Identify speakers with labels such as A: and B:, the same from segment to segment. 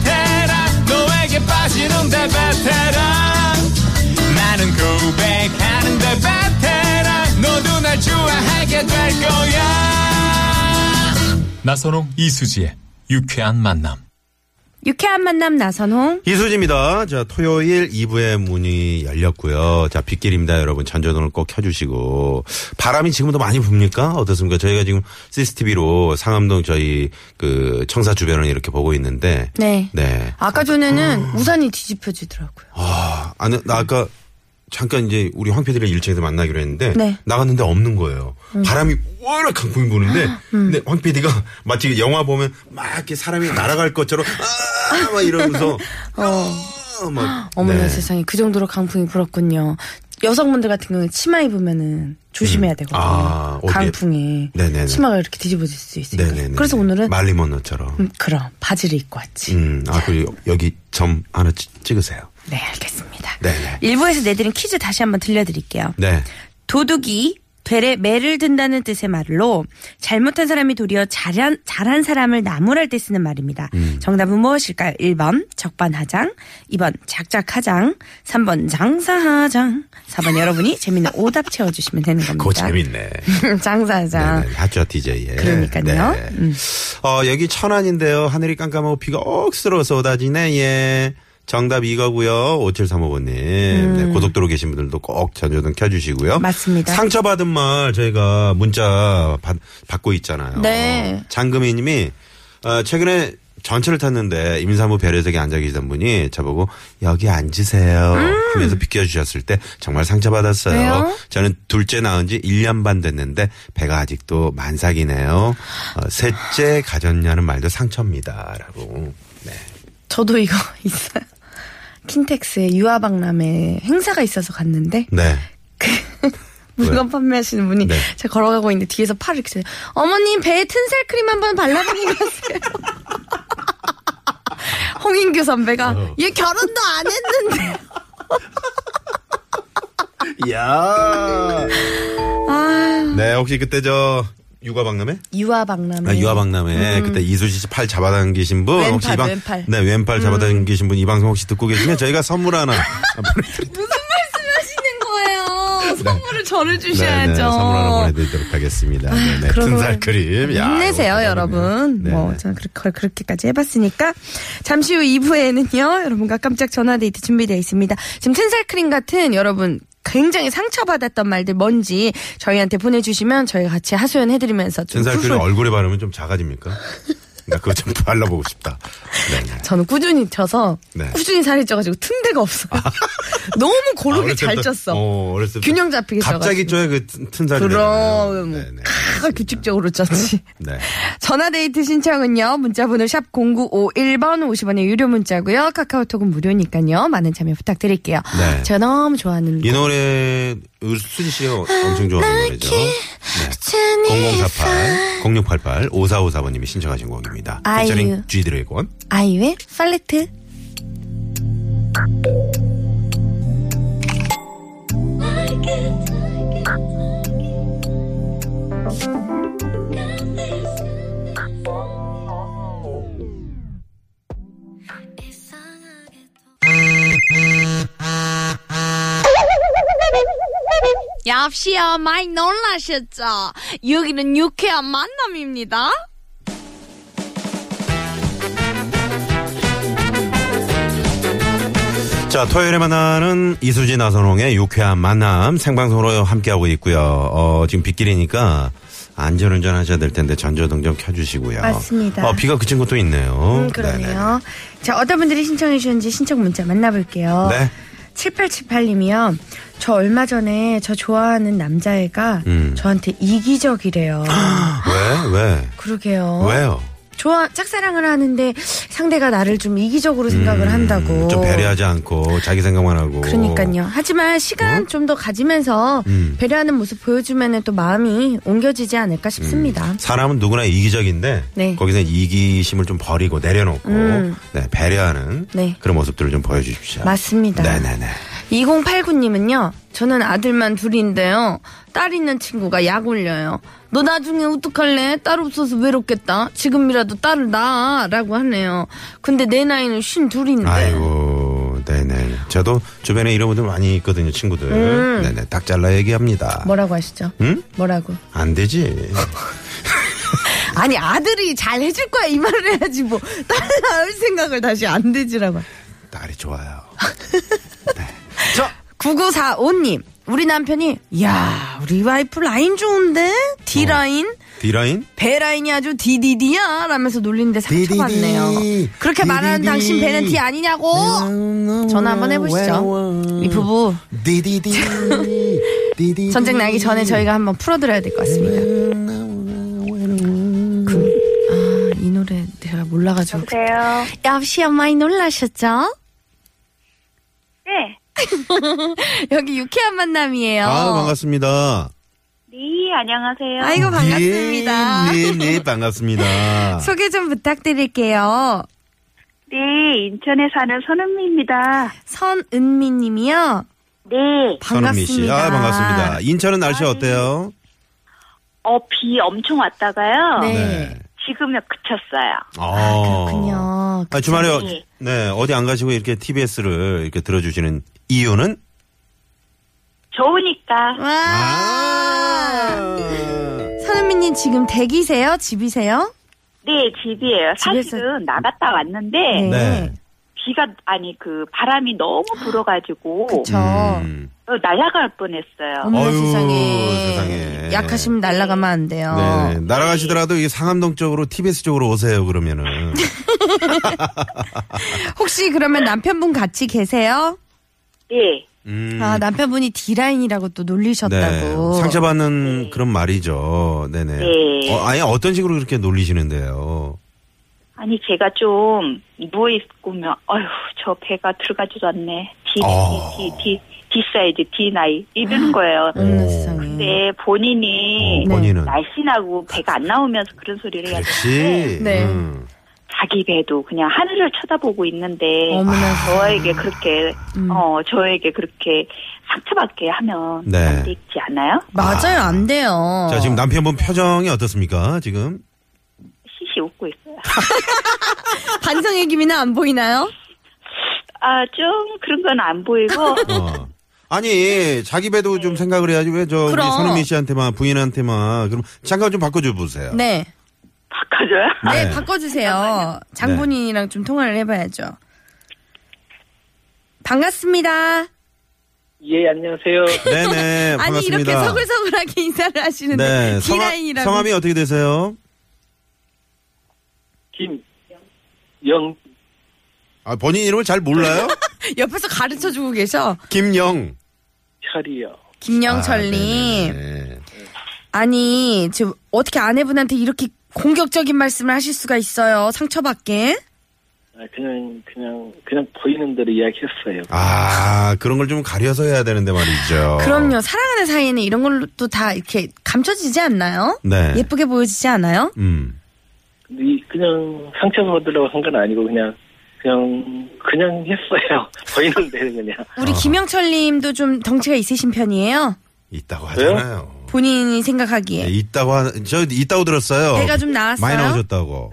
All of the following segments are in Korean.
A: 베테랑 너에게 빠지는데 베테랑 나는 고백하는데 베테랑 너도 날 좋아하게 될 거야. 나선홍 이수지의 유쾌한 만남.
B: 유쾌한 만남 나선홍.
C: 이수지입니다. 자, 토요일 2부의 문이 열렸고요. 자, 빗길입니다, 여러분. 전조등을 꼭 켜주시고. 바람이 지금도 많이 붑니까? 어떻습니까? 저희가 지금 CCTV로 상암동 저희 그 청사 주변을 이렇게 보고 있는데.
B: 네.
C: 네.
B: 아까 전에는 우산이 뒤집혀지더라고요.
C: 아, 아니, 나 아까 잠깐 이제 우리 황 PD를 1층에서 만나기로 했는데.
B: 네. 음.
C: 나갔는데 없는 거예요. 바람이 워낙 강풍이 부는데. 근데 황 PD가 마치 영화 보면 막 이렇게 사람이 날아갈 것처럼 아! 막 이러면서. 아! 막.
B: 어. 어머나
C: 네.
B: 세상에 그 정도로 강풍이 불었군요. 여성분들 같은 경우에 치마 입으면은 조심해야 되거든요.
C: 아, 어디에?
B: 강풍에
C: 네네네.
B: 치마가 이렇게 뒤집어질 수 있으니까.
C: 네네네.
B: 그래서 오늘은
C: 말리모노처럼.
B: 음, 그럼 바지를 입고 왔지.
C: 음, 아, 그 여기 점 하나 찌- 찍으세요.
B: 네 알겠습니다.
C: 네네.
B: 일부에서 내드린 퀴즈 다시 한번 들려드릴게요.
C: 네.
B: 도둑이 되레 매를 든다는 뜻의 말로 잘못한 사람이 도리어 잘한, 잘한 사람을 나무랄 때 쓰는 말입니다.
C: 음.
B: 정답은 무엇일까요? 1번 적반하장, 2번 작작하장, 3번 장사하장, 4번 여러분이 재밌는 오답 채워주시면 되는 겁니다.
C: 그거 재밌네.
B: 장사하장.
C: 네네. 하죠, DJ에.
B: 그러니까요. 음.
C: 어, 여기 천안인데요. 하늘이 깜깜하고 비가 억수로 쏟아지네, 예. 정답 이거고요 5735번님. 네, 고속도로 계신 분들도 꼭 전조등 켜주시고요.
B: 음. 맞습니다.
C: 상처받은 말 저희가 문자 받, 받고 있잖아요.
B: 네.
C: 장금희 님이 어, 최근에 전철을 탔는데 임산부 배려석에 앉아 계시던 분이 저보고 여기 앉으세요 하면서 비껴주셨을 때 정말 상처받았어요.
B: 음. 왜요?
C: 저는 둘째 낳은 지 1년 반 됐는데 배가 아직도 만삭이네요. 어, 셋째 가졌냐는 말도 상처입니다. 라고. 네.
B: 저도 이거 있어요. 킨텍스의 유아박람회 행사가 있어서 갔는데
C: 네.
B: 물건 판매하시는 분이
C: 네.
B: 제가 걸어가고 있는데 뒤에서 팔을 이렇게 써요. 어머님 배에 튼살 크림 한번 발라드리고 가세요. 홍인규 선배가 얘 결혼도 안 했는데
C: 야 네, 혹시 그때 저 육아 박람회?
B: 유아 박람회
C: 아, 유아박람회 그때 이수지 씨 팔 잡아당기신 분 혹시
B: 네. 음, 왼팔,
C: 이방
B: 왼팔. 음.
C: 네 왼팔 잡아당기신 분 이 방송 혹시 듣고 계시면 저희가 선물 하나 네,
B: 하시는 거예요. 선물을 저를
C: 네,
B: 주셔야죠. 아,
C: 네, 선물 하나 보내드리도록 하겠습니다. 네, 네.
B: 그러고
C: 튼살 크림. 야,
B: 힘내세요,
C: 이거 대단하네요.
B: 여러분.
C: 네,
B: 뭐,
C: 네.
B: 저는 그렇게, 그렇게까지 해봤으니까. 잠시 후 2부에는요, 여러분과 깜짝 전화데이트 준비되어 있습니다. 지금 튼살크림 같은 여러분, 굉장히 상처받았던 말들 뭔지 저희한테 보내주시면 저희가 같이 하소연해드리면서 좀
C: 튼살 크림
B: 꾸준-
C: 얼굴에 바르면 좀 작아집니까? 나 그거 좀 발라보고 싶다. 네, 네.
B: 저는 꾸준히 쪄서
C: 네.
B: 꾸준히 살이 쪄가지고 튼 데가 없어요. 너무 고르게
C: 아,
B: 잘
C: 어렸을 때부터-
B: 쪘어.
C: 어, 어렸을 때
B: 균형 잡히게 쪄가지고.
C: 갑자기 쪄야 그 튼- 튼살이
B: 그럼
C: 되잖아요. 네, 네.
B: 다 규칙적으로 쪘지.
C: 네.
B: 전화데이트 신청은요. 문자번호 샵 0951번 50원의 유료 문자고요. 카카오톡은 무료니까요. 많은 참여 부탁드릴게요.
C: 네. 예.
B: 제가 너무 좋아하는
C: 이 노래 수지 씨가 엄청 좋아하는 노래죠. 네. 0048 0688 5454번님이 신청하신 곡입니다.
B: 아이유.
C: 피처링 G 드래곤.
B: 아이유의 팔레트.
D: 역시요 많이 놀라셨죠? 여기는 유쾌한 만남입니다.
C: 자, 토요일에 만나는 이수지 나선홍의 유쾌한 만남 생방송으로 함께하고 있고요. 어, 지금 빗길이니까 안전운전 하셔야 될 텐데 전조등 좀 켜주시고요.
B: 맞습니다.
C: 어, 비가 그친 것도 있네요.
B: 음, 그러네요. 자, 어떤 분들이 신청해 주셨는지 신청 문자 만나볼게요.
C: 네네. 네.
B: 7878님이요. 저 얼마 전에 저 좋아하는 남자애가
C: 음.
B: 저한테 이기적이래요.
C: 왜? 왜?
B: 그러게요.
C: 왜요?
B: 좋아 짝사랑을 하는데 상대가 나를 좀 이기적으로 생각을 한다고.
C: 음, 좀 배려하지 않고 자기 생각만 하고. 어.
B: 그러니까요. 하지만 시간
C: 네.
B: 좀 더 가지면서
C: 음.
B: 배려하는 모습 보여주면 또 마음이 옮겨지지 않을까 싶습니다.
C: 사람은 누구나 이기적인데
B: 네. 음.
C: 거기서 이기심을 좀 버리고 내려놓고 네, 배려하는
B: 네.
C: 그런 모습들을 좀 보여주십시오.
B: 맞습니다.
C: 네네네.
B: 2089님은요, 저는 아들만 둘인데요. 딸 있는 친구가 약 올려요. 너 나중에 어떡할래? 딸 없어서 외롭겠다. 지금이라도 딸을 낳아. 라고 하네요. 근데 내 나이는 쉰 둘인데.
C: 아이고, 네네. 저도 주변에 이런 분들 많이 있거든요, 친구들.
B: 음.
C: 네네. 딱 잘라 얘기합니다.
B: 뭐라고 하시죠?
C: 응?
B: 뭐라고?
C: 안 되지.
B: 아니, 아들이 잘 해줄 거야. 이 말을 해야지 뭐. 딸 낳을 생각을 다시 안 되지라고.
C: 딸이 좋아요. 네.
B: 9945님. 우리 남편이, 야 우리 와이프 라인 좋은데? D라인?
C: D라인?
B: 배라인이 아주 디디디야 라면서 놀리는데 상처받네요.
C: 디디디.
B: 그렇게 말하는
C: 디디디. 음.
B: 당신 배는 티 아니냐고. 전화 한번 해보시죠. 이 부부
C: 디디디. 디디디.
B: 전쟁 나기 전에 저희가 한번 풀어드려야 될 것 같습니다.
C: 음.
B: 그, 아, 이 노래 제가 몰라가지고.
E: 여보세요.
B: 역시 엄마이 놀라셨죠?
E: 네.
B: 여기 유쾌한 만남이에요.
C: 아, 반갑습니다.
E: 네, 안녕하세요.
B: 어. 아이고 반갑습니다.
C: 네, 네, 네, 반갑습니다.
B: 소개 좀 부탁드릴게요.
E: 네, 인천에 사는 선은미입니다.
B: 선은미님이요.
E: 네.
C: 선은미 씨.
B: 반갑습니다. 아,
C: 아, 반갑습니다. 인천은 날씨 어때요?
E: 어, 비 엄청 왔다가요.
B: 네.
E: 지금은 그쳤어요.
C: 아,
B: 그렇군요.
C: 아, 주말에, 어-
E: 네.
C: 네, 어디 안 가시고 이렇게 TBS를 이렇게 들어주시는 이유는?
E: 좋으니까.
B: 와. 선은미님 지금 댁이세요? 집이세요?
E: 네, 집이에요.
B: 집에서-
E: 사실은 나갔다 왔는데,
B: 네.
C: 네.
E: 비가, 아니, 그 바람이 너무 불어가지고,
B: 그쵸.
C: 음.
E: 어, 날아갈 뻔했어요.
B: 어머
C: 아유,
B: 세상에.
C: 세상에.
B: 약하시면 날아가면 안 돼요.
C: 네. 날아가시더라도 이 상암동 쪽으로 TBS 쪽으로 오세요, 그러면은.
B: 혹시 그러면 남편분 같이 계세요?
E: 네.
C: 음.
B: 아 남편분이 D라인이라고 또 놀리셨다고.
C: 네. 상처받는 그런 말이죠. 네네.
E: 네.
C: 어, 아니, 어떤 식으로 그렇게 놀리시는데요?
E: 아니, 제가 좀뭐 누워있으면, 어휴, 저 배가 들어가지도 않네. D,
C: 어.
E: D, D, D, D 사이즈, D 나이. 이러는 거예요.
B: 어머나
C: 오.
B: 세상에.
E: 근데 본인이
C: 어, 본인은.
E: 날씬하고 배가 안 나오면서 그런 소리를 해야 되는데
C: 그렇지.
B: 네.
C: 음.
E: 자기 배도 그냥 하늘을 쳐다보고 있는데
B: 어머나. 음.
E: 저에게 그렇게 어 저에게 그렇게 상처받게 하면
C: 네.
E: 안 되지 않아요?
B: 맞아요 안 돼요.
C: 자, 지금 남편분 표정이 어떻습니까, 지금?
E: 시시 웃고 있어요.
B: 아, 반성의 기미는 안 보이나요?
E: 아 좀 그런 건 안 보이고
C: 어. 아니, 자기 배도 좀 생각을 해야지. 왜 저 우리
B: 그럼.
C: 선우미 씨한테만, 부인한테만. 그럼 잠깐 좀 바꿔줘 보세요.
B: 네.
E: 바꿔줘요.
B: 네, 바꿔주세요.
C: 네.
B: 장본인이랑 좀 통화를 해봐야죠. 반갑습니다.
C: 네,
F: 예, 안녕하세요.
C: 네네. 반갑습니다.
B: 아니 이렇게 서글서글하게 인사를 하시는데
C: 네.
B: D라인이라고.
C: 성함, 이 어떻게 되세요?
F: 김영,
C: 아, 본인 이름을 잘 몰라요?
B: 옆에서 가르쳐 주고 계셔.
C: 김영.
F: 철이요.
C: 아,
B: 김영철님.
C: 네네네.
B: 아, 니 지금 어떻게 아내분한테 이렇게 공격적인 말씀을 하실 수가 있어요. 상처받게.
F: 아, 그냥, 그냥, 그냥 보이는 대로 이야기했어요.
C: 아, 그런 걸 좀 가려서 해야 되는데 말이죠.
B: 그럼요. 사랑하는 사이에는 이런 걸로 또 다 이렇게 감춰지지 않나요?
C: 네.
B: 예쁘게 보여지지 않아요?
C: 음.
F: 근데 이- 그냥 상처받으려고 한 건 아니고, 그냥, 그냥, 그냥 했어요. 보이는 대로 그냥.
B: 우리
C: 어.
B: 김영철님도 좀 덩치가 있으신 편이에요.
C: 있다고 하잖아요.
B: 본인이 생각하기에.
C: 네, 있다고 하, 저 있다고 들었어요.
B: 배가 좀 나왔어요?
C: 많이 나오셨다고.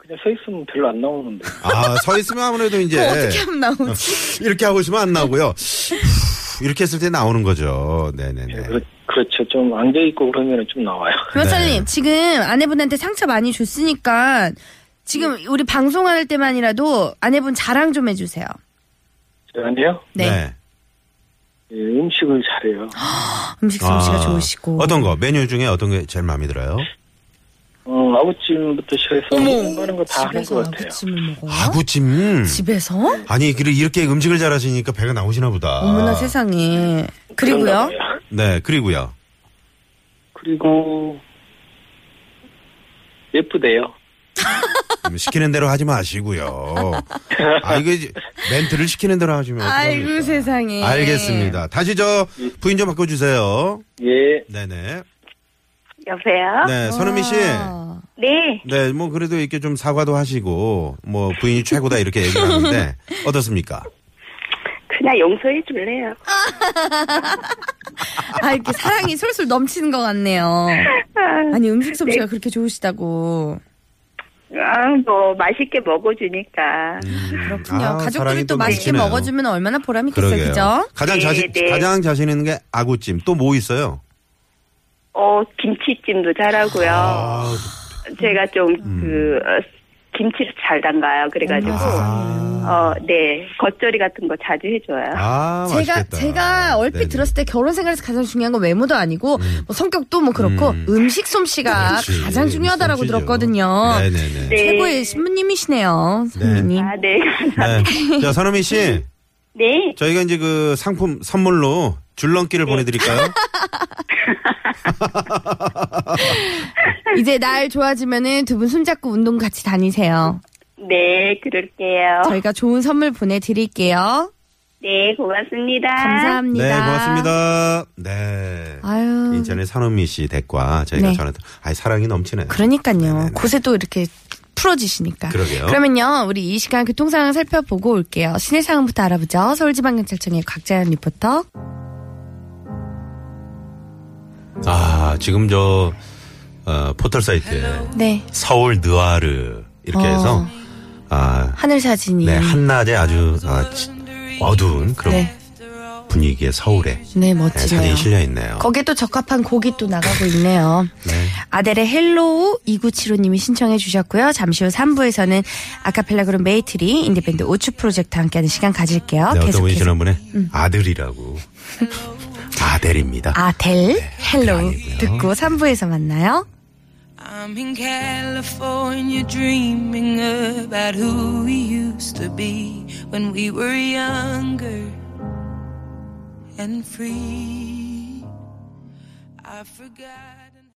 F: 그냥 서 있으면 별로 안 나오는데.
C: 아, 서 있으면 아무래도
B: 그거 어떻게
C: 이제
B: 하면 나오지?
C: 이렇게 하고 있으면 안 나오고요. 이렇게 했을 때 나오는 거죠. 네네네.
F: 그렇, 그렇죠. 좀 앉아있고 그러면 좀 나와요.
B: 김영철님 지금 아내분한테 상처 많이 줬으니까 지금 우리 방송할 때만이라도 아내분 자랑 좀 해주세요.
F: 제가 아니요?
B: 네.
F: 예, 음식을 잘해요.
B: 음식 솜씨가
C: 아,
B: 좋으시고.
C: 어떤 거 메뉴 중에 어떤 게 제일 마음에 들어요?
F: 어, 아버찜부터 시작해서 하는 거 다 하는
B: 집에서
F: 것 같아요.
B: 아구찜을 먹어요?
C: 아구찜.
B: 집에서?
C: 아니 그래 이렇게 음식을 잘하시니까 배가 나오시나 보다.
B: 어머나 세상에. 그리고요.
F: 그런가 봐요.
C: 네 그리고요.
F: 그리고, 예쁘대요.
C: 음, 시키는 대로 하지 마시고요. 아, 이거 이제 멘트를 시키는 대로 하시면.
B: 아이고,
C: 어떡합니까?
B: 세상에.
C: 알겠습니다. 다시 저 부인 좀 바꿔주세요.
F: 예.
C: 네네.
E: 여보세요?
B: 아.
C: 네, 선은미 씨.
B: 와.
E: 네.
C: 네, 뭐 그래도 이렇게 좀 사과도 하시고 뭐 부인이 최고다 이렇게 얘기를 하는데 어떻습니까?
E: 그냥 용서해 줄래요?
B: 아, 이렇게 사랑이 솔솔 넘치는 것 같네요. 아니, 음식 솜씨가 그렇게 좋으시다고.
E: 아, 뭐, 맛있게 먹어주니까.
B: 그렇군요.
C: 아,
B: 가족들이
C: 사랑이
B: 또 맛있게
C: 넘치네요.
B: 먹어주면 얼마나 보람 있겠어요,
C: 그러게요.
B: 그죠?
C: 가장
E: 네,
C: 자신
E: 네.
C: 가장 자신 있는 게 아구찜. 또 뭐 있어요?
E: 어, 김치찜도 잘하고요.
C: 아.
B: 아,
E: 제가 좀,
B: 음.
E: 그, 어, 김치를 잘 담가요. 그래가지고,
C: 아,
E: 어, 네. 겉절이 같은 거 자주 해줘요.
C: 아,
B: 제가
C: 맛있겠다.
B: 제가 얼핏
C: 네네. 음.
B: 들었을 때 결혼 생활에서 가장 중요한 건 외모도 아니고 뭐 성격도 뭐 그렇고 음. 식 솜씨가
C: 아, 그렇지.
B: 가장 중요하다라고
C: 솜씨죠.
B: 들었거든요.
C: 네네네.
E: 네.
B: 최고의 신부님이시네요, 선생님.
E: 아, 네.
C: 네. 자, 선우미 씨,
E: 네.
C: 저희가 이제 그 상품 선물로
B: 네.
C: 줄넘기를 보내드릴까요? 네.
B: 이제 날 좋아지면은 두 분 손잡고 운동 같이 다니세요.
E: 네, 그럴게요.
B: 저희가 좋은 선물 보내드릴게요.
E: 네, 고맙습니다.
B: 감사합니다.
C: 네, 고맙습니다. 네.
B: 아유.
C: 인천의 선우미 씨 댁과 저희가
B: 네.
C: 전화, 아 사랑이 넘치네요.
B: 그러니까요.
C: 네네네.
B: 곳에 또 이렇게 풀어지시니까.
C: 그러게요.
B: 그러면요, 우리 이 시간 교통 상황 살펴보고 올게요. 시내 상황부터 알아보죠. 서울지방경찰청의 곽자연 리포터.
C: 아, 지금 저, 어, 포털 사이트에
B: 네.
C: 서울 느와르 이렇게
B: 어.
C: 해서, 아,
B: 하늘 사진이.
C: 네, 한낮에 아주 아, 지- 어두운 그런
B: 네.
C: 분위기의 서울에
B: 네,
C: 네,
B: 멋지네요.
C: 사진이 실려 있네요.
B: 거기에 또 적합한 곡이 또 나가고 있네요.
C: 네.
B: 아델의 헬로우 2975님이 신청해 주셨고요. 잠시 후 3부에서는 아카펠라 그룹 메이트리 인디밴드 오츠 프로젝트와 함께하는 시간 가질게요.
C: 네, 어떤 분이
B: 계속해서 음.
C: 지난번에 아들이라고. 아델입니다.
B: 아델
C: 네,
B: 헬로우
C: 아니고요.
B: 듣고 3부에서 만나요.
G: I'm in California dreaming about who we used to be when we were younger and free. I've forgotten.